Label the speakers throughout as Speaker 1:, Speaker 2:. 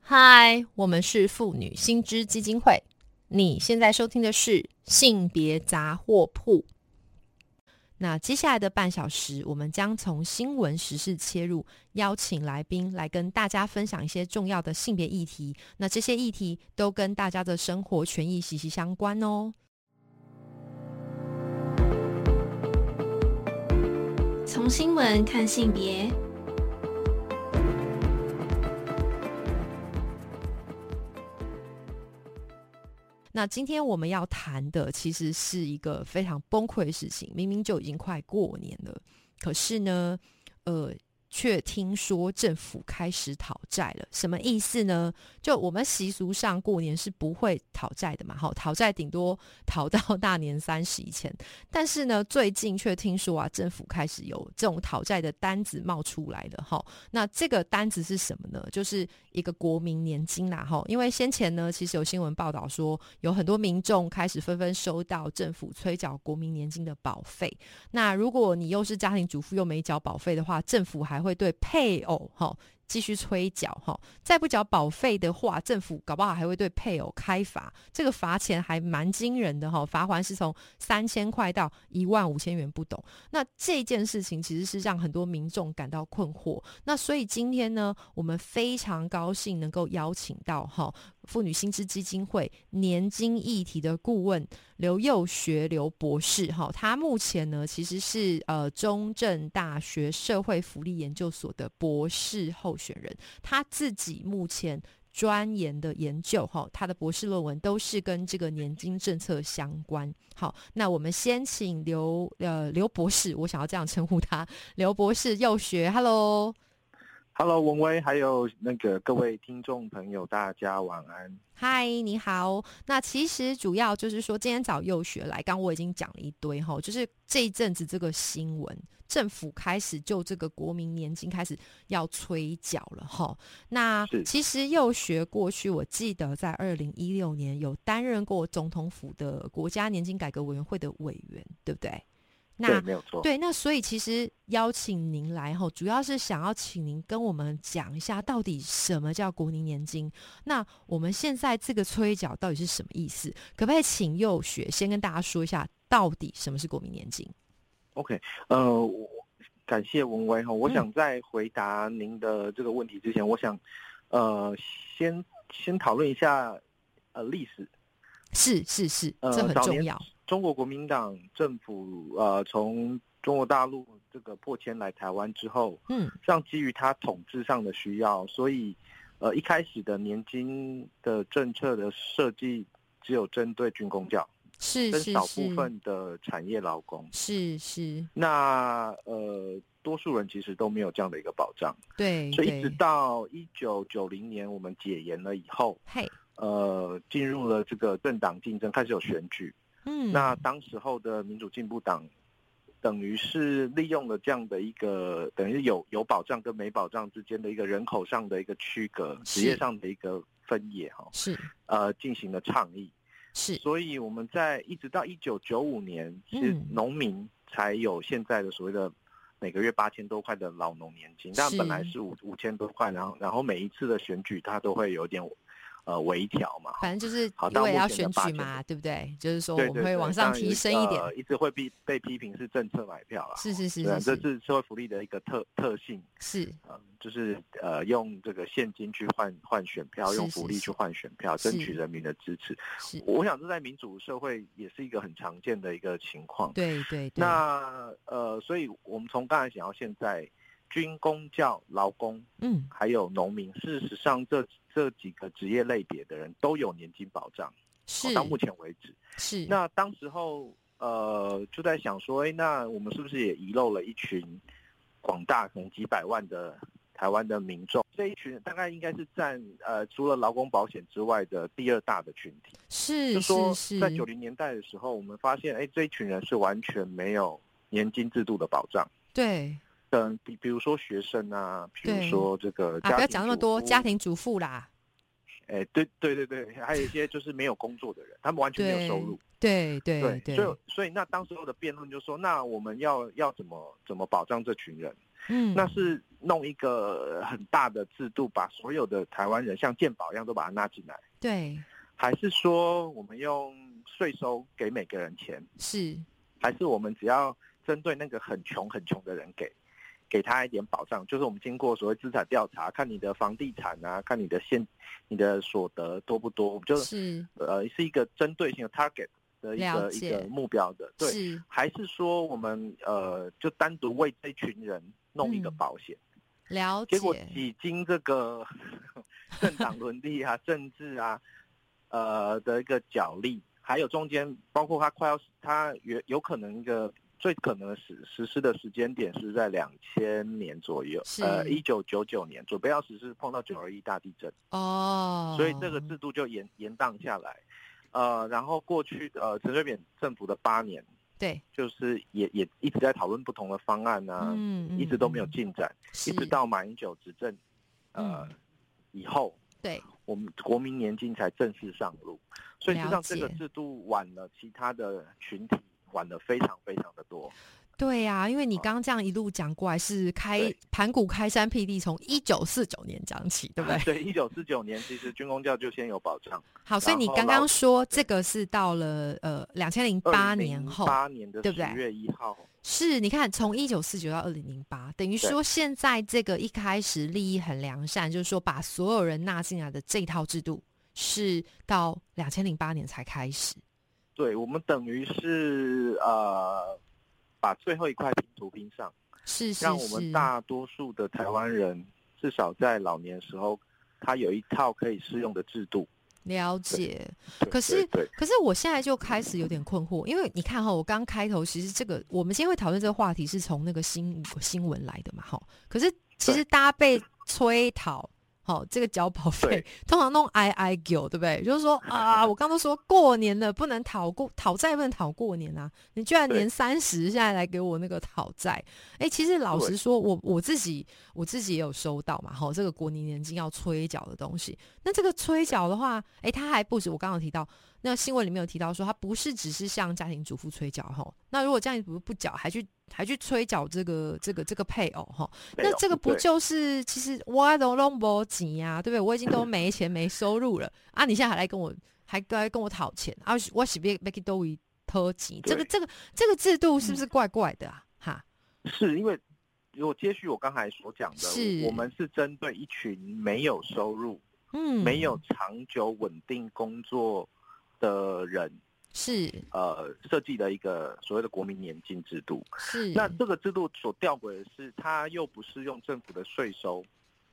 Speaker 1: 嗨，我们是妇女新知基金会。你现在收听的是性别杂货铺。那接下来的半小时，我们将从新闻时事切入，邀请来宾来跟大家分享一些重要的性别议题。那这些议题都跟大家的生活权益息息相关哦。
Speaker 2: 从新闻看性别，
Speaker 1: 那今天我们要谈的其实是一个非常崩溃的事情，明明就已经快过年了，可是呢，呃，却听说政府开始讨债了，什么意思呢？就我们习俗上过年是不会讨债的嘛，好，讨债顶多讨到大年三十以前，但是呢，最近却听说啊，政府开始有这种讨债的单子冒出来了，哈，那这个单子是什么呢？就是一个国民年金啦，哈，因为先前呢，其实有新闻报道说，有很多民众开始纷纷收到政府催缴国民年金的保费。那如果你又是家庭主妇又没缴保费的话，政府还会对配偶哈。继续催缴哈，再不缴保费的话，政府搞不好还会对配偶开罚。这个罚钱还蛮惊人的哈，罚款是从三千块到一万五千元不等。那这件事情其实是让很多民众感到困惑。那所以今天呢，我们非常高兴能够邀请到哈妇女薪资基金会年金议题的顾问刘幼学刘博士哈，他目前呢其实是呃中正大学社会福利研究所的博士候选人，他自己目前。专研的研究哈，他的博士论文都是跟这个年金政策相关。好，那我们先请刘呃刘博士，我想要这样称呼他，刘博士幼学，Hello。
Speaker 3: Hello，文威，还有那个各位听众朋友，大家晚安。
Speaker 1: 嗨，你好。那其实主要就是说，今天找幼学来，刚我已经讲了一堆哈，就是这一阵子这个新闻，政府开始就这个国民年金开始要催缴了哈。那
Speaker 3: 是
Speaker 1: 其实幼学过去，我记得在二零一六年有担任过总统府的国家年金改革委员会的委员，对不对？那
Speaker 3: 对，没有错。
Speaker 1: 对，那所以其实邀请您来吼，主要是想要请您跟我们讲一下，到底什么叫国民年金？那我们现在这个催缴到底是什么意思？可不可以请幼学先跟大家说一下，到底什么是国民年金？
Speaker 3: OK，呃，我感谢文威哈。我想在回答您的这个问题之前，我想呃先先讨论一下呃历史。
Speaker 1: 是是是，
Speaker 3: 呃，
Speaker 1: 这很
Speaker 3: 早
Speaker 1: 重
Speaker 3: 年
Speaker 1: 要。
Speaker 3: 中国国民党政府呃从中国大陆这个破迁来台湾之后，
Speaker 1: 嗯
Speaker 3: 像基于它统治上的需要，所以呃一开始的年金的政策的设计只有针对军工教
Speaker 1: 是
Speaker 3: 跟
Speaker 1: 是
Speaker 3: 少部
Speaker 1: 是
Speaker 3: 分的产业劳工。
Speaker 1: 是是，
Speaker 3: 那呃，多数人其实都没有这样的一个保障，
Speaker 1: 对
Speaker 3: 所以一直
Speaker 1: 对，
Speaker 3: 到一九九零年我们解严了以后，
Speaker 1: 嘿，
Speaker 3: 呃，进入了这个政党竞争，开始有选举。
Speaker 1: 嗯，
Speaker 3: 那当时候的民主进步党，等于是利用了这样的一个，等于有有保障跟没保障之间的一个人口上的一个区隔，
Speaker 1: 是
Speaker 3: 职业上的一个分野哈，
Speaker 1: 是
Speaker 3: 呃，进行了倡议。
Speaker 1: 是
Speaker 3: 所以我们在一直到一九九五年，是
Speaker 1: 嗯
Speaker 3: 农民才有现在的所谓的每个月八千多块的老农年金，但
Speaker 1: 是
Speaker 3: 本来是五五千多块，然后然后每一次的选举它都会有点呃微调嘛。
Speaker 1: 反正就是
Speaker 3: 好
Speaker 1: 因
Speaker 3: 到
Speaker 1: 为
Speaker 3: 目
Speaker 1: 要
Speaker 3: 前
Speaker 1: 选
Speaker 3: 的
Speaker 1: 举
Speaker 3: 8,000
Speaker 1: 嘛，对不对？就是说
Speaker 3: 对
Speaker 1: 我们
Speaker 3: 对
Speaker 1: 哦会
Speaker 3: 对，
Speaker 1: 往上
Speaker 3: 当然
Speaker 1: 提升一点，
Speaker 3: 呃，一直会被被批评是政策买票啦。
Speaker 1: 是是是
Speaker 3: 对啊，
Speaker 1: 是
Speaker 3: 这
Speaker 1: 是
Speaker 3: 是社会福利的一个特特性，
Speaker 1: 是
Speaker 3: 呃，就是呃用这个现金去换换选票，
Speaker 1: 是
Speaker 3: 用
Speaker 1: 是
Speaker 3: 福利
Speaker 1: 是
Speaker 3: 去换选票，
Speaker 1: 是
Speaker 3: 争取人民的支持。
Speaker 1: 是，
Speaker 3: 我想这在民主社会也是一个很常见的一个情况。
Speaker 1: 对对对，
Speaker 3: 那呃，所以我们从刚才讲到现在，军工教、劳工
Speaker 1: 嗯。
Speaker 3: 还有农民，事实上这这几个职业类别的人都有年金保障，哦
Speaker 1: 是
Speaker 3: 到目前为止。
Speaker 1: 是
Speaker 3: 那当时候呃就在想说，哎，那我们是不是也遗漏了一群广大可能几百万的台湾的民众？这一群大概应该是占呃除了劳工保险之外的第二大的群体。
Speaker 1: 是
Speaker 3: 就是说
Speaker 1: 是
Speaker 3: 在九零年代的时候，我们发现，哎，这一群人是完全没有年金制度的保障。
Speaker 1: 对
Speaker 3: 嗯，比比如说学生啊，比如
Speaker 1: 对
Speaker 3: 说这个
Speaker 1: 啊，
Speaker 3: 家
Speaker 1: 不要
Speaker 3: 庭
Speaker 1: 讲那么
Speaker 3: 主
Speaker 1: 多，
Speaker 3: 妇
Speaker 1: 家，庭主妇啦，
Speaker 3: 哎，对对对对，还有一些就是没有工作的人，他们完全没有
Speaker 1: 对
Speaker 3: 收入。
Speaker 1: 对对
Speaker 3: 所以所以那当时候的辩论就说，那我们要要怎么怎么保障这群人？
Speaker 1: 嗯，
Speaker 3: 那是弄一个很大的制度，把所有的台湾人像健保一样都把它纳进来，
Speaker 1: 对
Speaker 3: 还是说我们用税收给每个人钱，
Speaker 1: 是，
Speaker 3: 还是我们只要针对那个很穷很穷的人给？给他一点保障，就是我们经过所谓资产调查，看你的房地产啊，看你的现、你的所得多不多，我们就是呃是一个针对性的 target 的一
Speaker 1: 了
Speaker 3: 个
Speaker 1: 解
Speaker 3: 一个目标的，对，
Speaker 1: 是
Speaker 3: 还是说我们呃就单独为这群人弄一个
Speaker 1: 嗯
Speaker 3: 保险？
Speaker 1: 了解
Speaker 3: 结果几经这个 政党伦理啊、 政治啊，呃的一个角力，还有中间包括他快要他有有可能一个最可能的实实施的时间点是在两千年左右，
Speaker 1: 是
Speaker 3: 呃，一九九九年准备要实施，碰到九二一大地震，
Speaker 1: 哦，
Speaker 3: 所以这个制度就延延宕下来。呃，然后过去呃陈水扁政府的八年，
Speaker 1: 对，
Speaker 3: 就是也也一直在讨论不同的方案啊，
Speaker 1: 嗯
Speaker 3: 一直都没有
Speaker 1: 嗯嗯
Speaker 3: 进展。一
Speaker 1: 是
Speaker 3: 直到马英九执政，呃，
Speaker 1: 嗯
Speaker 3: 以后
Speaker 1: 对
Speaker 3: 我们国民年金才正式上路，所以实际
Speaker 1: 了
Speaker 3: 上这个
Speaker 1: 解
Speaker 3: 制度晚了其他的群体，晚了非常非常的多。
Speaker 1: 对呀、因为你
Speaker 3: 啊
Speaker 1: 刚刚这样一路讲过来，是开
Speaker 3: 对
Speaker 1: 盘古开山辟地，从一九四九年讲起，对不对？
Speaker 3: 对，一九四九年其实军工教就先有保障，
Speaker 1: 好，所以
Speaker 3: 然
Speaker 1: 你
Speaker 3: 后
Speaker 1: 刚
Speaker 3: 老
Speaker 1: 刚说这个是到了呃两千零八年后，
Speaker 3: 八年的
Speaker 1: 对不对
Speaker 3: 十月一号，
Speaker 1: 是你看从一九四九到二零零八，等于
Speaker 3: 对
Speaker 1: 说现在这个一开始利益很良善，就是说把所有人纳进来的这套制度是到两千零八年才开始。
Speaker 3: 对我们等于是呃，把最后一块拼图拼上，
Speaker 1: 是是
Speaker 3: 让我
Speaker 1: 是
Speaker 3: 们，大多数的台湾人至少在老年时候，他有一套可以适用的制度。
Speaker 1: 了解。
Speaker 3: 对
Speaker 1: 可是
Speaker 3: 对对
Speaker 1: 可是我现在就开始有点困惑，因为你看哈，我刚开头其实这个我们今天会讨论这个话题是从那个新新闻来的嘛，哈。可是其实大家被催讨，好这个缴保费
Speaker 3: 对，
Speaker 1: 通常弄挨挨狗，对不对？就是说啊，我刚都说过年了，不能讨过讨债，不能讨过年啊，你居然
Speaker 3: 对
Speaker 1: 年三十现在来给我那个讨债，哎，其实老实
Speaker 3: 对
Speaker 1: 说，我我自己我自己也有收到嘛，哈，这个国民年金要催缴的东西。那这个催缴的话，哎，它还不止我刚刚有提到，那新闻里面有提到说，它不是只是向家庭主妇催缴哈。那如果家庭主妇不缴，还去还去催缴这个这个这个配偶哈，那这个不
Speaker 3: 哦对
Speaker 1: 就是其实我都弄不钱呀、对不对？我已经都没钱没收入了啊，你现在还来跟我还来跟我讨钱啊？我是别别给都一偷钱，这个
Speaker 3: 对嗯
Speaker 1: 这个这个制度是不是怪怪的啊？哈，
Speaker 3: 是因为如果接续我刚才所讲
Speaker 1: 是
Speaker 3: 的，我们是针对一群没有收入、
Speaker 1: 嗯，
Speaker 3: 没有长久稳定工作的人，
Speaker 1: 是
Speaker 3: 呃，设计的一个所谓的国民年金制度。
Speaker 1: 是，
Speaker 3: 那这个制度所吊诡的是，它又不是用政府的税收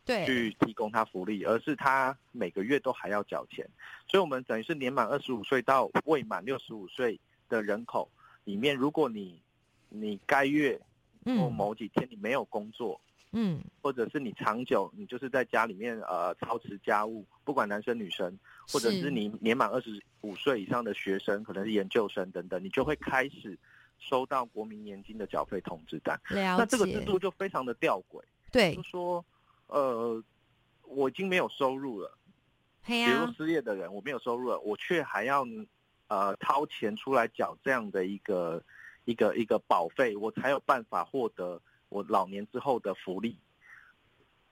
Speaker 1: 对
Speaker 3: 去提供他福利，而是他每个月都还要缴钱。所以，我们等于是年满二十五岁到未满六十五岁的人口里面，如果你你该月或
Speaker 1: 嗯
Speaker 3: 某几天你没有工作，
Speaker 1: 嗯
Speaker 3: 或者是你长久你就是在家里面呃操持家务，不管男生女生，或者是你年满二十五岁以上的学生，可能是研究生等等，你就会开始收到国民年金的缴费通知单。
Speaker 1: 了解，
Speaker 3: 那这个制度就非常的吊诡，
Speaker 1: 对
Speaker 3: 就，说呃我已经没有收入了，
Speaker 1: 嘿
Speaker 3: 比
Speaker 1: 呀、
Speaker 3: 如失业的人我没有收入了，我却还要呃掏钱出来缴这样的一个一个一个保费，我才有办法获得我老年之后的福利。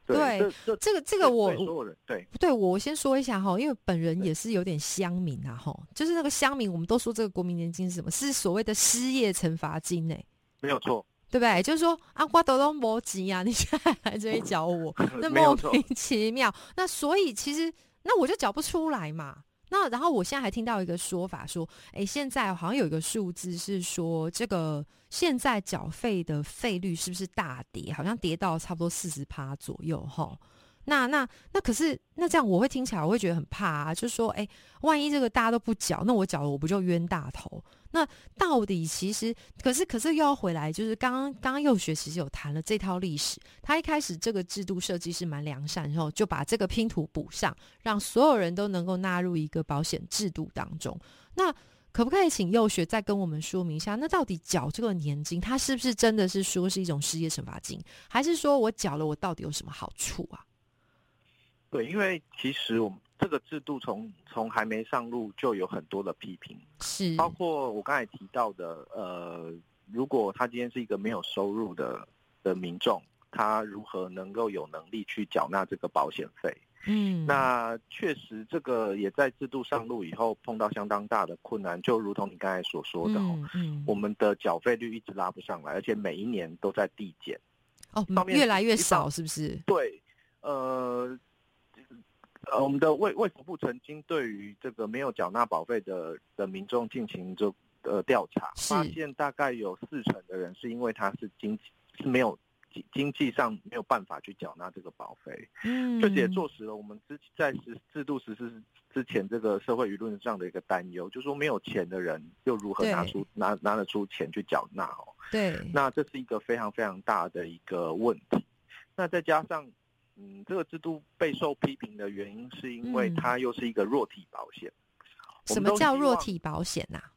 Speaker 1: 对
Speaker 3: 这这
Speaker 1: 这个这
Speaker 3: 这
Speaker 1: 个我
Speaker 3: 所有人对
Speaker 1: 对我先说一下哈，因为本人
Speaker 3: 对
Speaker 1: 也是有点乡民啊哈，就是那个乡民，我们都说这个国民年金是什么？是所谓的失业惩罚金呢、
Speaker 3: 没有错，
Speaker 1: 对不对？就是说啊，瓜都都没急啊，你现在来这里缴 我，那
Speaker 3: 没
Speaker 1: 莫
Speaker 3: 有错，
Speaker 1: 名其妙。那所以其实那我就缴不出来嘛。那然后我现在还听到一个说法说，诶，现在好像有一个数字是说，这个现在缴费的费率是不是大跌？好像跌到差不多四十趴左右哈。那那那可是那这样我会听起来我会觉得很怕啊，就是说，诶，万一这个大家都不缴，那我缴了我不就冤大头？那到底其实可是可是又要回来，就是刚刚刚刚幼学其实有谈了这套历史，他一开始这个制度设计是蛮良善，然后就把这个拼图补上，让所有人都能够纳入一个保险制度当中。那可不可以请幼学再跟我们说明一下，那到底缴这个年金，它是不是真的是说是一种失业惩罚金，还是说我缴了我到底有什么好处啊？
Speaker 3: 对，因为其实我们这个制度从从还没上路就有很多的批评，
Speaker 1: 是
Speaker 3: 包括我刚才提到的，呃，如果他今天是一个没有收入的的民众，他如何能够有能力去缴纳这个保险费。
Speaker 1: 嗯，
Speaker 3: 那确实，这个也在制度上路以后碰到相当大的困难，就如同你刚才所说的、哦，
Speaker 1: 嗯嗯，
Speaker 3: 我们的缴费率一直拉不上来，而且每一年都在递减。
Speaker 1: 哦，
Speaker 3: 上面
Speaker 1: 越来越
Speaker 3: 一
Speaker 1: 少
Speaker 3: 方
Speaker 1: 是不是？
Speaker 3: 对，呃，呃，我们的卫卫福部曾经对于这个没有缴纳保费的的民众进行就呃调查，
Speaker 1: 是
Speaker 3: 发现大概有四成的人是因为他是经济是没有经经济上没有办法去缴纳这个保费，
Speaker 1: 嗯，
Speaker 3: 这也坐实了我们之在实制度实施之前这个社会舆论上的一个担忧，就说没有钱的人又如何拿
Speaker 1: 对
Speaker 3: 出拿拿得出钱去缴纳哦。
Speaker 1: 对，
Speaker 3: 那这是一个非常非常大的一个问题。那再加上，嗯，这个制度备受批评的原因，是因为
Speaker 1: 嗯
Speaker 3: 它又是一个弱体保险。我
Speaker 1: 什
Speaker 3: 们
Speaker 1: 么
Speaker 3: 都
Speaker 1: 叫
Speaker 3: 希
Speaker 1: 弱
Speaker 3: 望
Speaker 1: 体保险呐、啊？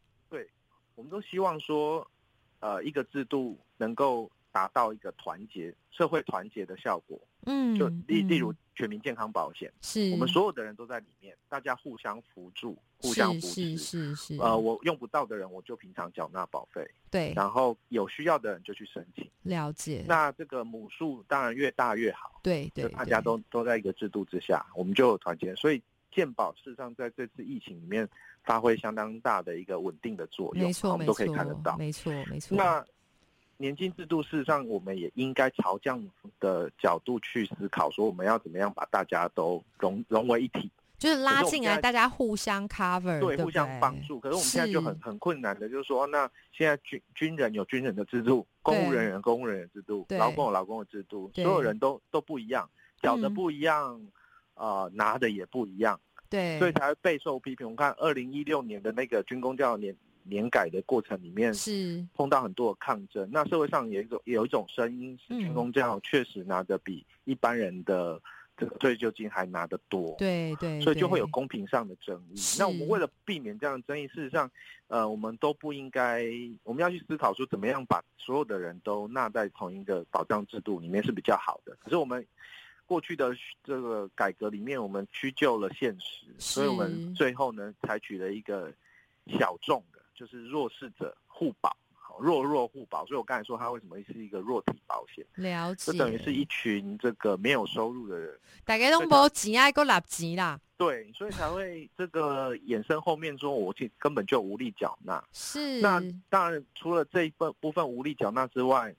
Speaker 3: 我们都希望说，呃，一个制度能够达到一个团结社会团结的效果。
Speaker 1: 嗯，
Speaker 3: 就例例如
Speaker 1: 嗯
Speaker 3: 全民健康保险，
Speaker 1: 是
Speaker 3: 我们所有的人都在里面，大家互相扶助，互相扶
Speaker 1: 是是
Speaker 3: 持。
Speaker 1: 是是，
Speaker 3: 呃，我用不到的人，我就平常缴纳保费，
Speaker 1: 对，
Speaker 3: 然后有需要的人就去申请。
Speaker 1: 了解，
Speaker 3: 那这个母数当然越大越好。
Speaker 1: 对对
Speaker 3: 就，大家
Speaker 1: 对
Speaker 3: 都都在一个制度之下，我们就有团结。所以健保事实上在这次疫情里面发挥相当大的一个稳定的作用，
Speaker 1: 没错
Speaker 3: 我
Speaker 1: 没错
Speaker 3: 们都可以看得到。
Speaker 1: 没错没错。
Speaker 3: 那年金制度事实上我们也应该朝这样的角度去思考，说我们要怎么样把大家都融融为一体，
Speaker 1: 就是拉
Speaker 3: 可是我们
Speaker 1: 进
Speaker 3: 现
Speaker 1: 来，
Speaker 3: 在
Speaker 1: 大家互相 cover，对不对，
Speaker 3: 互相帮助。可是我们现在就很很困难的，就是说，哦那现在军军人有军人的制度，公务
Speaker 1: 对
Speaker 3: 人员有公务人员的制度，
Speaker 1: 对
Speaker 3: 劳工有劳工的制度，
Speaker 1: 对
Speaker 3: 所有人都都不一样，缴的
Speaker 1: 嗯
Speaker 3: 不一样，呃，拿的也不一样，
Speaker 1: 对，
Speaker 3: 所以才会备受批评。我们看二零一六年的那个军工教年年改的过程里面，
Speaker 1: 是
Speaker 3: 碰到很多的抗争。那社会上也有一种有一种声音是
Speaker 1: 嗯
Speaker 3: 军工教确实拿的比一般人的这个退休金还拿得多，
Speaker 1: 对对，
Speaker 3: 所以就会有
Speaker 1: 对
Speaker 3: 公平上的争议
Speaker 1: 是。
Speaker 3: 那我们为了避免这样的争议，事实上，呃，我们都不应该，我们要去思考说怎么样把所有的人都纳在同一个保障制度里面是比较好的。可是我们过去的这个改革里面，我们屈就了现实，
Speaker 1: 是
Speaker 3: 所以我们最后呢，采取了一个小众的，就是弱势者互保。好弱弱互保，所以我刚才说它为什么是一个弱体保险，
Speaker 1: 了
Speaker 3: 这
Speaker 1: 解，
Speaker 3: 等于是一群这个没有收入的人，
Speaker 1: 大家都
Speaker 3: 对
Speaker 1: 无钱爱够垃圾啦，
Speaker 3: 对，所以才会这个衍生后面说，我就根本就无力缴纳。
Speaker 1: 是
Speaker 3: 那当然，除了这一份部分无力缴纳之外，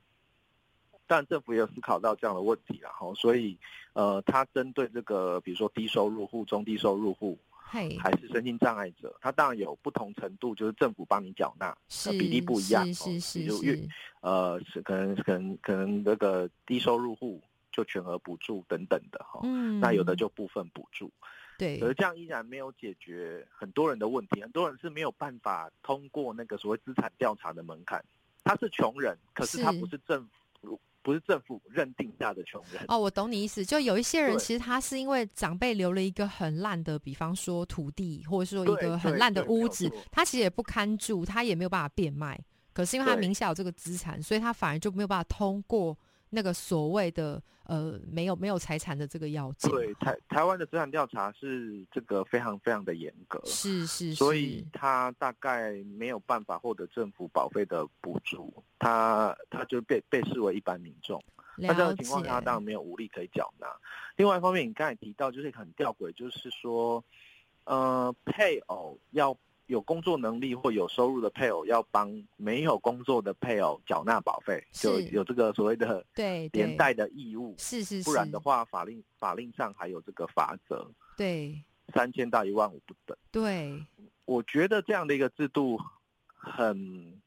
Speaker 3: 当然政府也有思考到这样的问题啦。哈，所以呃，他针对这个比如说低收入户、中低收入户，
Speaker 1: 嘿
Speaker 3: 还是身心障碍者，他当然有不同程度，就是政府帮你缴纳，
Speaker 1: 是
Speaker 3: 比例不一样哦
Speaker 1: 是是是
Speaker 3: 比如越
Speaker 1: 是，
Speaker 3: 呃，是可能可能可能这个低收入户就全额补助等等的哈。
Speaker 1: 嗯，
Speaker 3: 那有的就部分补助，
Speaker 1: 对
Speaker 3: 可是这样依然没有解决很多人的问题，很多人是没有办法通过那个所谓资产调查的门槛。他是穷人，可是他
Speaker 1: 是
Speaker 3: 不是政府，不是政府认定下的穷人。
Speaker 1: 哦，我懂你意思。就有一些人，
Speaker 3: 对
Speaker 1: 其实他是因为长辈留了一个很烂的，比方说土地，或者说一
Speaker 3: 对
Speaker 1: 个很
Speaker 3: 对
Speaker 1: 烂的
Speaker 3: 对没
Speaker 1: 屋
Speaker 3: 有
Speaker 1: 子
Speaker 3: 错，
Speaker 1: 他其实也不堪住，他也没有办法变卖。可是因为他
Speaker 3: 对
Speaker 1: 名下有这个资产，所以他反而就没有办法通过那个所谓的呃没有没有财产的这个要件。
Speaker 3: 对台台湾的资产调查是这个非常非常的严格，
Speaker 1: 是是是，
Speaker 3: 所以他大概没有办法获得政府保费的补助，他他就被被视为一般民众。那
Speaker 1: 了
Speaker 3: 这样的
Speaker 1: 解
Speaker 3: 情况下，当然没有无力可以缴纳。另外一方面，你刚才提到就是很吊诡，就是说，呃，配偶要有工作能力或有收入的配偶要帮没有工作的配偶缴纳保费，就是有这个所谓的
Speaker 1: 对对
Speaker 3: 连带的义务。
Speaker 1: 是是是，
Speaker 3: 不然的话，法令法令上还有这个法则，
Speaker 1: 对
Speaker 3: 三千到一万五不等。
Speaker 1: 对
Speaker 3: 我觉得这样的一个制度很，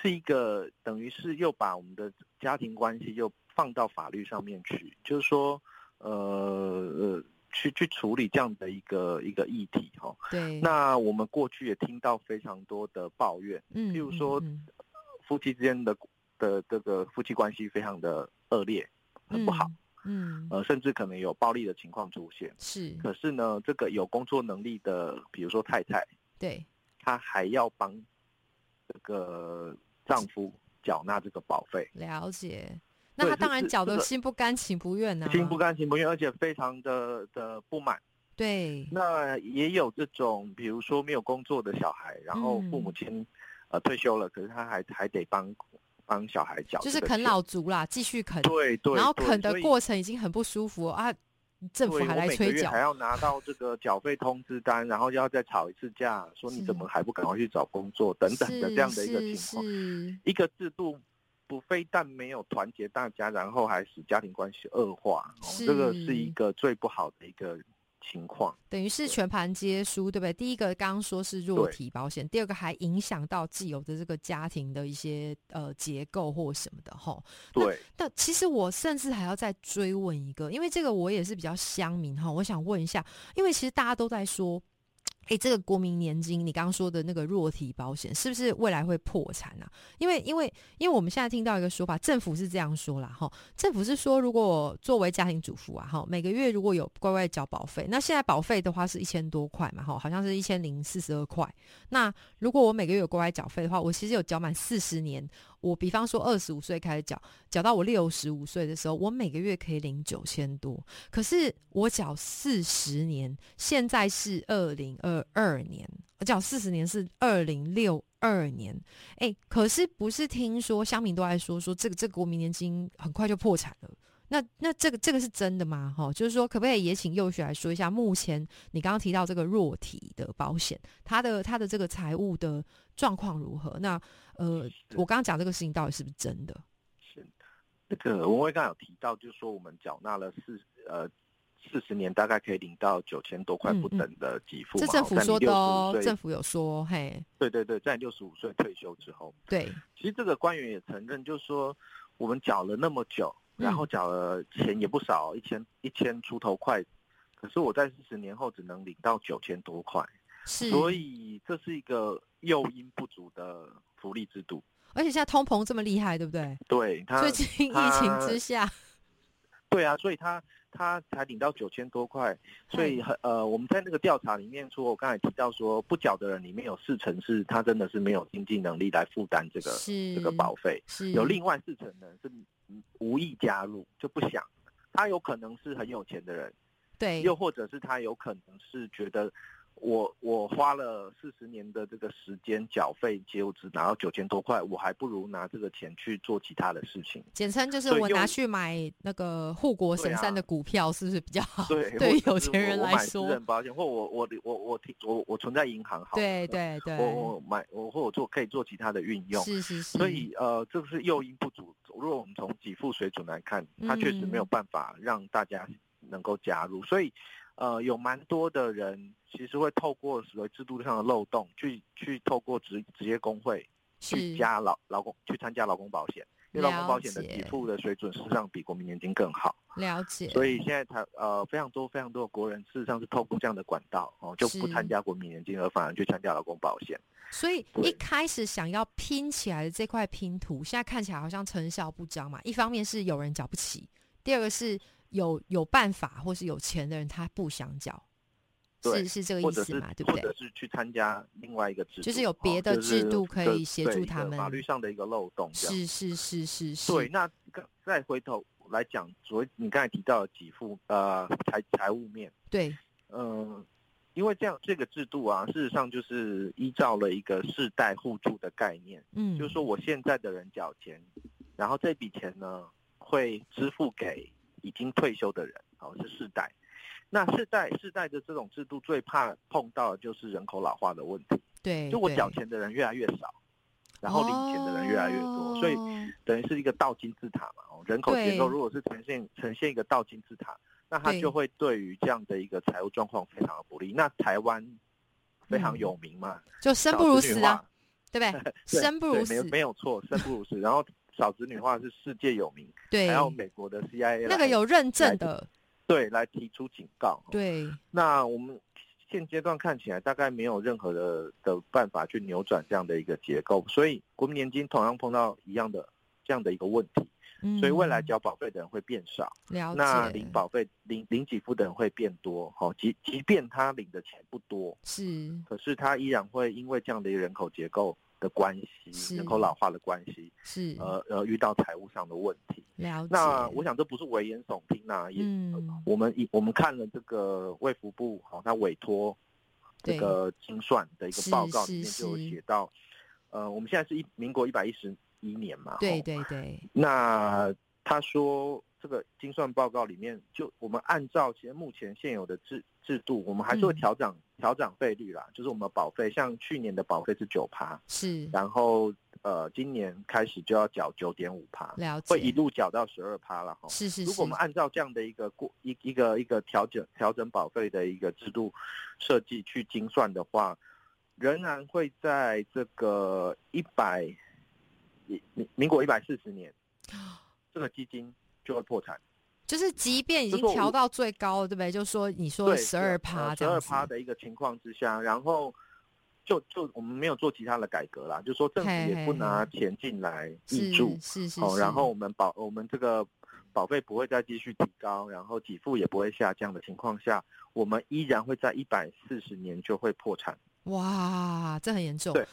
Speaker 3: 是一个等于是又把我们的家庭关系又放到法律上面去，就是说，呃呃，去去处理这样的一个一个议题哈、哦。
Speaker 1: 对，
Speaker 3: 那我们过去也听到非常多的抱怨，
Speaker 1: 嗯，
Speaker 3: 譬如
Speaker 1: 嗯
Speaker 3: 说
Speaker 1: 嗯
Speaker 3: 夫妻之间的的这个夫妻关系非常的恶劣，很不好，，
Speaker 1: 嗯，嗯
Speaker 3: 呃，甚至可能有暴力的情况出现。
Speaker 1: 是，
Speaker 3: 可是呢，这个有工作能力的，比如说太太。
Speaker 1: 对
Speaker 3: 她还要帮这个丈夫缴纳这个保费，
Speaker 1: 了解。那
Speaker 3: 对
Speaker 1: 他
Speaker 3: 是
Speaker 1: 当然
Speaker 3: 是
Speaker 1: 缴
Speaker 3: 这
Speaker 1: 的
Speaker 3: 个
Speaker 1: 心不甘情不愿啊呐、
Speaker 3: 心不甘情不愿，而且非常的的不满。
Speaker 1: 对，
Speaker 3: 那也有这种，比如说没有工作的小孩，然后
Speaker 1: 嗯
Speaker 3: 父母亲、呃退休了，可是他还还得帮帮小孩缴这
Speaker 1: 就
Speaker 3: 个
Speaker 1: 是
Speaker 3: 钱，
Speaker 1: 啃老族啦，继续啃，
Speaker 3: 对对，
Speaker 1: 然后
Speaker 3: 对
Speaker 1: 啃的
Speaker 3: 所以
Speaker 1: 过程已经很不舒服啊，政府
Speaker 3: 对
Speaker 1: 还
Speaker 3: 我
Speaker 1: 来
Speaker 3: 每个
Speaker 1: 催
Speaker 3: 月
Speaker 1: 缴
Speaker 3: 还，要拿到这个缴费通知单，然后又要再吵一次架，说你怎
Speaker 1: 是
Speaker 3: 么还不赶快去找工作等等的这样的一个
Speaker 1: 是
Speaker 3: 情
Speaker 1: 是
Speaker 3: 况。
Speaker 1: 是
Speaker 3: 一个制度不非但没有团结大家，然后还使家庭关系恶化，哦
Speaker 1: 是
Speaker 3: 这个是一个最不好的一个情况。
Speaker 1: 等于是
Speaker 3: 对
Speaker 1: 全盘皆输，对不对？第一个刚刚说是弱
Speaker 3: 对
Speaker 1: 体保险，第二个还影响到既有的这个家庭的一些呃结构或什么的吼。那
Speaker 3: 对，
Speaker 1: 但其实我甚至还要再追问一个，因为这个我也是比较乡民哈，我想问一下，因为其实大家都在说。哎，这个国民年金，你刚刚说的那个弱体保险，是不是未来会破产啊？因为，因为，因为我们现在听到一个说法，政府是这样说啦，哈，政府是说，如果作为家庭主妇啊，哈，每个月如果有乖乖缴保费，那现在保费的话是一千多块嘛，哈，好像是一千零四十二块。那如果我每个月有乖乖缴费的话，我其实有缴满四十年，我比方说二十五岁开始缴，缴到我六十五岁的时候，我每个月可以领九千多。可是我缴四十年，现在是二零二二年，我缴四十年是二零六二年。哎，可是不是听说乡民都在说说这个这个国民年金很快就破产了？那那这个这个是真的吗？哈、就是说，可不可以也请幼学来说一下，目前你刚刚提到这个弱体的保险，它的它的这个财务的状况如何？那呃，我刚刚讲这个事情到底是不是真的？
Speaker 3: 是那个文威刚刚有提到，就是说我们缴纳了四呃。四十年大概可以领到九千多块
Speaker 1: 嗯
Speaker 3: 不
Speaker 1: 嗯
Speaker 3: 等的给付嘛、
Speaker 1: 这政府
Speaker 3: 在你
Speaker 1: 说的
Speaker 3: 65
Speaker 1: 哦，
Speaker 3: 岁
Speaker 1: 政府有说，嘿，
Speaker 3: 对对对，在六十五岁退休之后，
Speaker 1: 对，
Speaker 3: 其实这个官员也承认，就是说我们缴了那么久，然后缴了钱也不少，一千一千出头块，可是我在四十年后只能领到九千多块，
Speaker 1: 是，
Speaker 3: 所以这是一个诱因不足的福利制度。
Speaker 1: 而且现在通膨这么厉害，对不对？
Speaker 3: 对他
Speaker 1: 最，近疫情之下，
Speaker 3: 对啊，所以他他才领到九千多块，所以很呃，我们在那个调查里面说，我刚才提到说，不缴的人里面有四成是他真的是没有经济能力来负担这个
Speaker 1: 是
Speaker 3: 这个保费。
Speaker 1: 是
Speaker 3: 有另外四成人是嗯无意加入，就不想。他有可能是很有钱的人，
Speaker 1: 对，
Speaker 3: 又或者是他有可能是觉得我我花了四十年的这个时间缴费，结果只拿到九千多块，我还不如拿这个钱去做其他的事情。
Speaker 1: 简称就是
Speaker 3: 所以
Speaker 1: 我
Speaker 3: 用
Speaker 1: 拿去买那个护国神山的股票，是不是比较好？
Speaker 3: 对，
Speaker 1: 哦对
Speaker 3: 或
Speaker 1: 于
Speaker 3: 者
Speaker 1: 有
Speaker 3: 是
Speaker 1: 钱人
Speaker 3: 我我
Speaker 1: 来
Speaker 3: 买
Speaker 1: 说
Speaker 3: 私人保险，或我我我我我我我存在银行好，
Speaker 1: 对，对对，
Speaker 3: 我我买我或我做可以做其他的运哦用。
Speaker 1: 是是是，
Speaker 3: 所以呃，这个是诱因不足。如果我们从给付水准来看，它确实没有
Speaker 1: 嗯
Speaker 3: 办法让大家能够加入，所以呃，有蛮多的人其实会透过所谓制度上的漏洞，去去透过职职业工会去
Speaker 1: 是
Speaker 3: 加劳劳工去参加劳工保险，因为劳
Speaker 1: 了
Speaker 3: 工保险的给
Speaker 1: 解
Speaker 3: 付的水准事实上比国民年金更好，
Speaker 1: 了解，
Speaker 3: 所以现在台呃非常多非常多的国人事实上是透过这样的管道哦，就是不参加国民年金，而反而去参加劳工保险。
Speaker 1: 所以
Speaker 3: 对
Speaker 1: 一开始想要拼起来的这块拼图，现在看起来好像成效不彰嘛。一方面是有人缴不起，第二个是有有办法或是有钱的人他不想缴，
Speaker 3: 对
Speaker 1: 是是这个
Speaker 3: 或
Speaker 1: 意
Speaker 3: 者
Speaker 1: 思
Speaker 3: 是
Speaker 1: 嘛？对不
Speaker 3: 或
Speaker 1: 对
Speaker 3: 者？是去参加另外一个制度，
Speaker 1: 就是有别
Speaker 3: 哦
Speaker 1: 的
Speaker 3: 就是
Speaker 1: 制度可以
Speaker 3: 一个
Speaker 1: 协
Speaker 3: 对
Speaker 1: 助
Speaker 3: 一个
Speaker 1: 他们
Speaker 3: 法律上的一个漏洞这样。
Speaker 1: 是是是是是，
Speaker 3: 对，那刚再回头来讲，所谓你刚才提到的给付呃财财务面，
Speaker 1: 对
Speaker 3: 嗯，因为这样这个制度啊，事实上就是依照了一个世代互助的概念，
Speaker 1: 嗯，
Speaker 3: 就是说我现在的人缴钱，然后这笔钱呢会支付给已经退休的人，哦是世代。那世代世代的这种制度最怕碰到的就是人口老化的问题。
Speaker 1: 对，
Speaker 3: 就我
Speaker 1: 哎对
Speaker 3: 缴，钱的人越来越少，然后领钱的人越来越多，所以
Speaker 1: 哦
Speaker 3: 等于是一个倒金字塔嘛。哦，人口结构
Speaker 1: 对
Speaker 3: 如果是呈现呈现一个倒金字塔，那它
Speaker 1: 对
Speaker 3: 就会对于这样的一个财务状况非常的不利。那台湾非常
Speaker 1: 嗯
Speaker 3: 有名嘛，
Speaker 1: 就生
Speaker 3: 少
Speaker 1: 不如
Speaker 3: 子女
Speaker 1: 死
Speaker 3: 化
Speaker 1: 啊，对不对？
Speaker 3: 对
Speaker 1: 生不
Speaker 3: 对
Speaker 1: 如
Speaker 3: 没有
Speaker 1: 死，
Speaker 3: 没有错，生不如死。然后少子女化是世界有名，
Speaker 1: 对，
Speaker 3: 还有美国的 CIA
Speaker 1: 那
Speaker 3: 来
Speaker 1: 个有认证
Speaker 3: 来
Speaker 1: 的，
Speaker 3: 对来提出警告。哦
Speaker 1: 对，
Speaker 3: 那我们现阶段看起来大概没有任何的的办法去扭转这样的一个结构，所以国民年金同样碰到一样的这样的一个问题，
Speaker 1: 嗯，
Speaker 3: 所以未来缴保费的人会变少，
Speaker 1: 了
Speaker 3: 那
Speaker 1: 解
Speaker 3: 领保费领领给付的人会变多，哦，即即便他领的钱不多，
Speaker 1: 是
Speaker 3: 可是他依然会因为这样的一个人口结构的关
Speaker 1: 是
Speaker 3: 系，人口老化的关系，
Speaker 1: 是
Speaker 3: 呃呃，遇到财务上的问题。
Speaker 1: 了解，
Speaker 3: 那我想这不是危言耸听呐、也
Speaker 1: 嗯
Speaker 3: 我们以我们看了这个卫福部好，它委托这
Speaker 1: 对
Speaker 3: 个精算的一个报告
Speaker 1: 是
Speaker 3: 里面
Speaker 1: 是
Speaker 3: 就有
Speaker 1: 是
Speaker 3: 写到，呃，我们现在是一民国一百一十一年嘛，
Speaker 1: 对
Speaker 3: 哦
Speaker 1: 对对，
Speaker 3: 那他说这个精算报告里面，就我们按照其实目前现有的制制度，我们还是会
Speaker 1: 嗯
Speaker 3: 调整、调整费率啦，就是我们的保费，像去年的保费是九趴，
Speaker 1: 是
Speaker 3: 然后呃今年开始就要缴九点五趴，
Speaker 1: 了解，
Speaker 3: 会一路缴到十二趴了哈。
Speaker 1: 是是
Speaker 3: 如
Speaker 1: 是
Speaker 3: 果我，们按照这样的一个过一一个一个调整调整保费的一个制度设计去精算的话，仍然会在这个一百民民国一百四 十年，这个基金就会破产。
Speaker 1: 就是即便已
Speaker 3: 就
Speaker 1: 经
Speaker 3: 说
Speaker 1: 调
Speaker 3: 我
Speaker 1: 到最高，对不对？就说你说
Speaker 3: 对，啊呃
Speaker 1: 十二趴
Speaker 3: 十
Speaker 1: 这样
Speaker 3: 二
Speaker 1: 子，
Speaker 3: 趴的一个情况之下，然后就就我们没有做其他的改革啦，就说政府
Speaker 1: 嘿
Speaker 3: 也
Speaker 1: 嘿
Speaker 3: 不拿钱进来挹
Speaker 1: 是
Speaker 3: 注，
Speaker 1: 是是
Speaker 3: 哦，
Speaker 1: 是
Speaker 3: 然后我们保我们这个保费不会再继续提高，然后给付也不会下降的情况下，我们依然会在一百四十年就会破产。
Speaker 1: 哇，这很严重，
Speaker 3: 对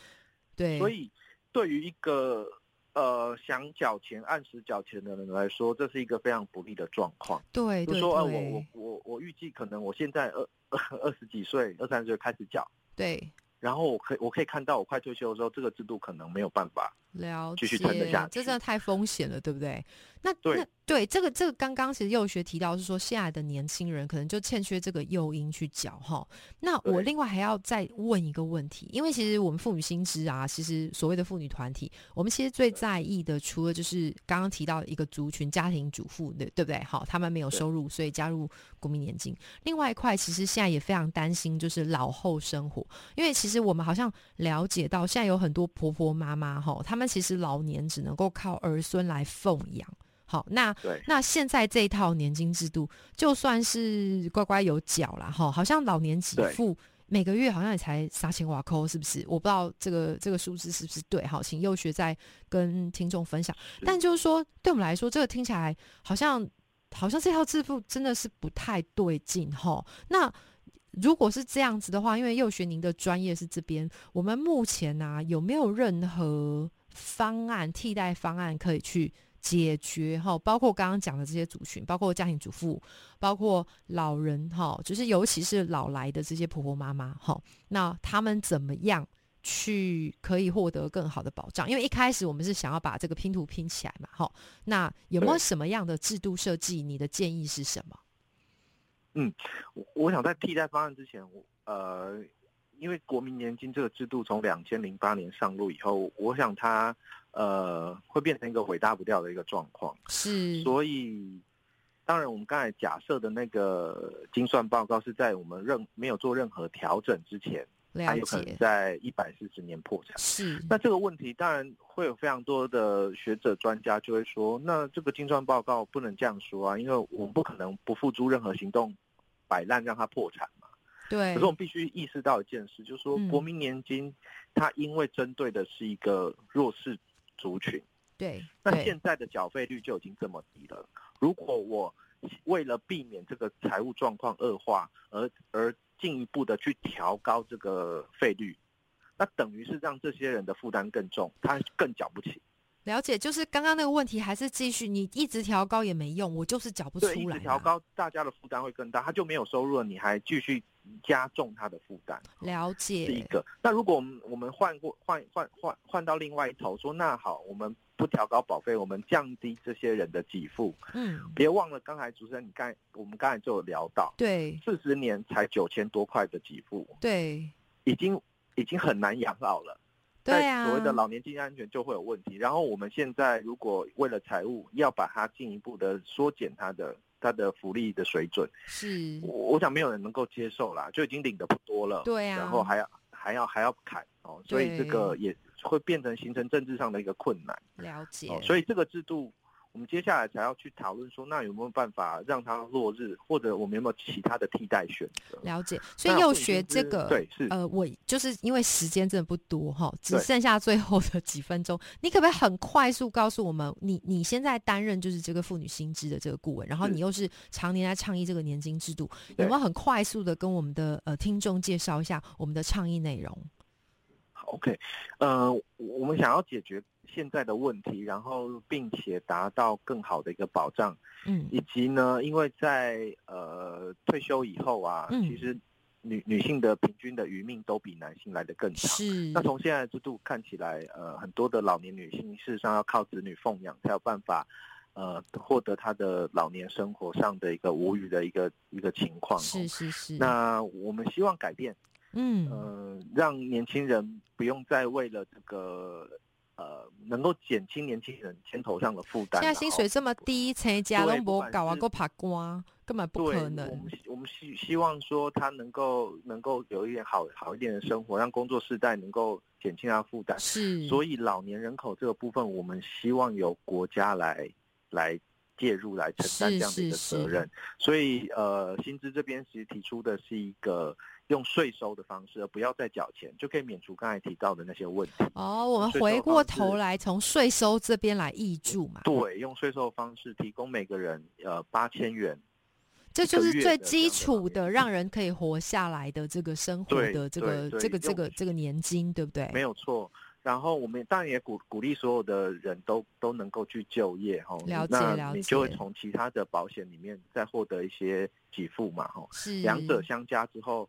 Speaker 1: 对，
Speaker 3: 所以对于一个呃想缴钱按时缴钱的人来说，这是一个非常不利的状况。
Speaker 1: 对
Speaker 3: 就
Speaker 1: 哎对
Speaker 3: 说、呃、我我
Speaker 1: 对
Speaker 3: 我我预计可能我现在二二十几岁、二三十岁开始缴，
Speaker 1: 对，
Speaker 3: 然后我可以我可以看到我快退休的时候，这个制度可能没有 办法
Speaker 1: 了
Speaker 3: 继
Speaker 1: 解，
Speaker 3: 续撑得下
Speaker 1: 这
Speaker 3: 去
Speaker 1: 真的太风险了，对不对？那
Speaker 3: 对
Speaker 1: 那对这个这个刚刚其实幼学提到是说，现在的年轻人可能就欠缺这个诱因去缴哈。那我
Speaker 3: 对
Speaker 1: 另外还要再问一个问题，因为其实我们妇女新知啊，其实所谓的妇女团体，我们其实最在意的，除了就是刚刚提到一个族群家庭主妇的，对不对？好，他们没有
Speaker 3: 对
Speaker 1: 收入，所以加入国民年金。另外一块，其实现在也非常担心，就是老后生活，因为其实我们好像了解到，现在有很多婆婆妈妈哈，他们其实老年只能够靠儿孙来奉养。好，那
Speaker 3: 对
Speaker 1: 那现在这一套年金制度，就算是乖乖有缴啦，哈，好像老年给
Speaker 3: 对
Speaker 1: 付每个月好像也才三千瓦扣，是不是？我不知道这个这个数字是不是对，好，请幼学再跟听众分享。
Speaker 3: 是
Speaker 1: 但就是说，对我们来说，这个听起来好像好像这套制度真的是不太对劲哈。那如果是这样子的话，因为幼学您的专业是这边，我们目前呢、啊、有没有任何方案替代方案可以去解决哈？包括刚刚讲的这些族群，包括家庭主妇，包括老人哈，就是尤其是老来的这些婆婆妈妈哈，那他们怎么样？去可以获得更好的保障，因为一开始我们是想要把这个拼图拼起来嘛，哈。那有没有
Speaker 3: 对
Speaker 1: 什么样的制度设计？你的建议是什么？
Speaker 3: 我我想在替代方案之前，我呃，因为国民年金这个制度从两千零八年上路以后，我想它呃会变成一个伟大不掉的一个状况。
Speaker 1: 是
Speaker 3: 所以，当然我们刚才假设的那个精算报告是在我们任没有做任何调整之前，它
Speaker 1: 了
Speaker 3: 有可能
Speaker 1: 解，
Speaker 3: 在一百四十年破产。
Speaker 1: 是
Speaker 3: 那这个问题当然会有非常多的学者专家就会说，那这个精算报告不能这样说啊，因为我们不可能不付诸任何行动摆烂让它破产嘛。
Speaker 1: 对
Speaker 3: 可是我们必须意识到一件事，就是说
Speaker 1: 嗯
Speaker 3: 国民年金它因为针对的是一个弱势族群，
Speaker 1: 对
Speaker 3: 那
Speaker 1: 对
Speaker 3: 现在的缴费率就已经这么低了，如果我为了避免这个财务状况恶化而而进一步的去调高这个费率。那等于是让这些人的负担更重，他更缴不起。
Speaker 1: 了解，就是刚刚那个问题还是继续，你一直调高也没用，我就是缴不出
Speaker 3: 对，一
Speaker 1: 来
Speaker 3: 直
Speaker 1: 嘛。
Speaker 3: 调高，大家的负担会更大，他就没有收入了，你还继续加重他的负担，
Speaker 1: 了
Speaker 3: 是一
Speaker 1: 解，
Speaker 3: 个。那如果我们我们换过换换换换到另外一头，说那好，我们不调高保费，我们降低这些人的给付，
Speaker 1: 嗯，
Speaker 3: 别忘了刚才主持人你刚才我们刚才就有聊到，
Speaker 1: 对
Speaker 3: 四十年才九千多块的给付，
Speaker 1: 对
Speaker 3: 已经已经很难养老了。
Speaker 1: 对啊，
Speaker 3: 在所谓的老年经济安全就会有问题。然后我们现在如果为了财务要把它进一步的缩减它的它的福利的水准，
Speaker 1: 是，
Speaker 3: 我我想没有人能够接受啦，就已经领的不多了，
Speaker 1: 对啊，
Speaker 3: 然后还要还要还要砍哦，所以这个也会变成形成政治上的一个困难
Speaker 1: 了解，
Speaker 3: 哦，所以这个制度。我们接下来才要去讨论说，那有没有办法让它落日，或者我们有没有其他的替代选择？
Speaker 1: 了解，所以
Speaker 3: 那
Speaker 1: 幼
Speaker 3: 我已
Speaker 1: 学
Speaker 3: 经
Speaker 1: 这
Speaker 3: 是
Speaker 1: 个
Speaker 3: 对是
Speaker 1: 呃，我就是因为时间真的不多哈，只
Speaker 3: 对
Speaker 1: 剩下最后的几分钟，你可不可以很快速告诉我们，你你现在担任就是这个妇女新知的这个顾问，然后
Speaker 3: 是
Speaker 1: 你又是常年来倡议这个年金制度，有
Speaker 3: 对
Speaker 1: 没有很快速的跟我们的呃听众介绍一下我们的倡议内容？
Speaker 3: OK，呃，我我们想要解决现在的问题，然后并且达到更好的一个保障，
Speaker 1: 嗯，
Speaker 3: 以及呢，因为在呃退休以后啊，
Speaker 1: 嗯
Speaker 3: 其实女女性的平均的余命都比男性来的更长。
Speaker 1: 是
Speaker 3: 那从现在的制度看起来，呃，很多的老年女性事实上要靠子女奉养才有办法，呃，获得她的老年生活上的一个无语的一个一个情况、哦。
Speaker 1: 是是是，
Speaker 3: 那我们希望改变，
Speaker 1: 嗯
Speaker 3: 呃，让年轻人不用再为了这个，呃，能够减轻年轻人肩头上的负担
Speaker 1: 现在
Speaker 3: 啦。
Speaker 1: 薪水
Speaker 3: 哦
Speaker 1: 这么 低，谁家都
Speaker 3: 对不
Speaker 1: 不
Speaker 3: 管
Speaker 1: 搞啊，
Speaker 3: 是
Speaker 1: 够爬瓜，根本不
Speaker 3: 对，
Speaker 1: 可
Speaker 3: 我们
Speaker 1: 能。
Speaker 3: 希我们希希望说他能够能够有一点好好一点的生活，让工作世代能够减轻他负担。
Speaker 1: 是，
Speaker 3: 所以老年人口这个部分，我们希望由国家来来介入来承担
Speaker 1: 是
Speaker 3: 这样的一个
Speaker 1: 是
Speaker 3: 责
Speaker 1: 是
Speaker 3: 任。所以呃，薪资这边其实提出的是一个用税收的方式，而不要再缴钱，就可以免除刚才提到的那些问题。
Speaker 1: 哦，我们
Speaker 3: 税
Speaker 1: 回
Speaker 3: 收
Speaker 1: 过
Speaker 3: 方
Speaker 1: 头
Speaker 3: 式
Speaker 1: 来，从税收这边来挹注嘛，
Speaker 3: 对，用税收的方式提供每个人呃八千元
Speaker 1: 这
Speaker 3: 一
Speaker 1: 就
Speaker 3: 个
Speaker 1: 是
Speaker 3: 月
Speaker 1: 最
Speaker 3: 的这
Speaker 1: 基
Speaker 3: 样的方
Speaker 1: 础
Speaker 3: 面
Speaker 1: 的，让人可以活下来的这个生活
Speaker 3: 对
Speaker 1: 的这
Speaker 3: 对
Speaker 1: 个
Speaker 3: 对
Speaker 1: 这个这
Speaker 3: 用
Speaker 1: 个这个年金，对不对？
Speaker 3: 没有错。然后我们当然也鼓鼓励所有的人都都能够去就业哈，
Speaker 1: 了解了
Speaker 3: 那你就会
Speaker 1: 解
Speaker 3: 从其他的保险里面再获得一些给付嘛哈，
Speaker 1: 是
Speaker 3: 两者相加之后，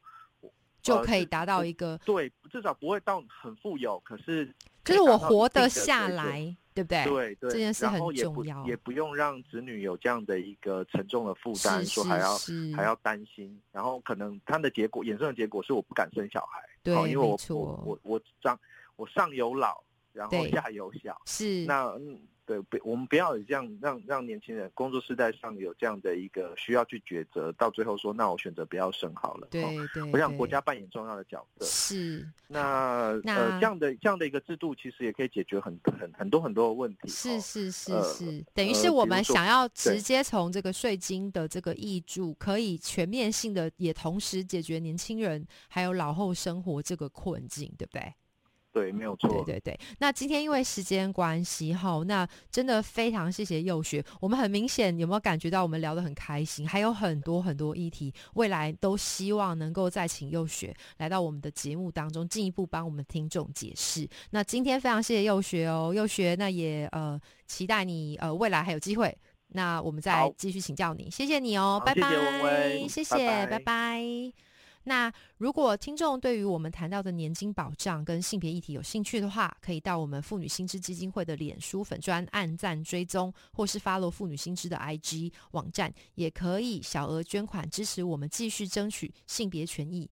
Speaker 1: 就
Speaker 3: 呃
Speaker 1: 可以
Speaker 3: 至
Speaker 1: 达到
Speaker 3: 不
Speaker 1: 一个，
Speaker 3: 对，至少不会到很富有，可是
Speaker 1: 就
Speaker 3: 可以
Speaker 1: 是我
Speaker 3: 达到一
Speaker 1: 活得
Speaker 3: 定的
Speaker 1: 下
Speaker 3: 水准，
Speaker 1: 来，对不对？
Speaker 3: 对对，
Speaker 1: 这件事
Speaker 3: 然
Speaker 1: 很
Speaker 3: 后也不
Speaker 1: 重要
Speaker 3: 也不用让子女有这样的一个沉重的负担，
Speaker 1: 是
Speaker 3: 说
Speaker 1: 是
Speaker 3: 还要
Speaker 1: 是，
Speaker 3: 还要担心，然后可能他的结果衍生的结果是我不敢生小孩，
Speaker 1: 对
Speaker 3: 好，因为
Speaker 1: 没
Speaker 3: 我
Speaker 1: 错
Speaker 3: 我我我上我上有老，然后
Speaker 1: 对
Speaker 3: 下有小，
Speaker 1: 是
Speaker 3: 那嗯对，不我们不要有这样让让年轻人工作时代上有这样的一个需要去抉择，到最后说那我选择不要生好了。
Speaker 1: 对
Speaker 3: 哦
Speaker 1: 对，
Speaker 3: 我想国
Speaker 1: 对
Speaker 3: 家扮演重要的角色，
Speaker 1: 是
Speaker 3: 那
Speaker 1: 那
Speaker 3: 呃这样的这样的一个制度，其实也可以解决很很很多很多的问题。
Speaker 1: 是
Speaker 3: 哦
Speaker 1: 是是
Speaker 3: 呃
Speaker 1: 是，等于
Speaker 3: 呃
Speaker 1: 是我
Speaker 3: 比如
Speaker 1: 们
Speaker 3: 说
Speaker 1: 想要
Speaker 3: 对
Speaker 1: 直接从这个税金的这个益助，可以全面性的，也同时解决年轻人还有老后生活这个困境，对不对？
Speaker 3: 对，没有错。
Speaker 1: 对对对，那今天因为时间关系哈，那真的非常谢谢幼学。我们很明显有没有感觉到我们聊得很开心？还有很多很多议题，未来都希望能够再请幼学来到我们的节目当中，进一步帮我们听众解释。那今天非常谢谢幼学哦，幼学那也呃期待你呃未来还有机会。那我们再
Speaker 3: 好
Speaker 1: 继续请教你，谢谢你哦，
Speaker 3: 好
Speaker 1: 拜
Speaker 3: 谢
Speaker 1: 拜，
Speaker 3: 谢文文
Speaker 1: 谢谢，
Speaker 3: 拜
Speaker 1: 拜
Speaker 3: 拜
Speaker 1: 拜那如果听众对于我们谈到的年金保障跟性别议题有兴趣的话，可以到我们妇女薪资基金会的脸书粉专按赞追踪，或是 follow 妇女薪资的 IG 网站，也可以小额捐款支持我们继续争取性别权益。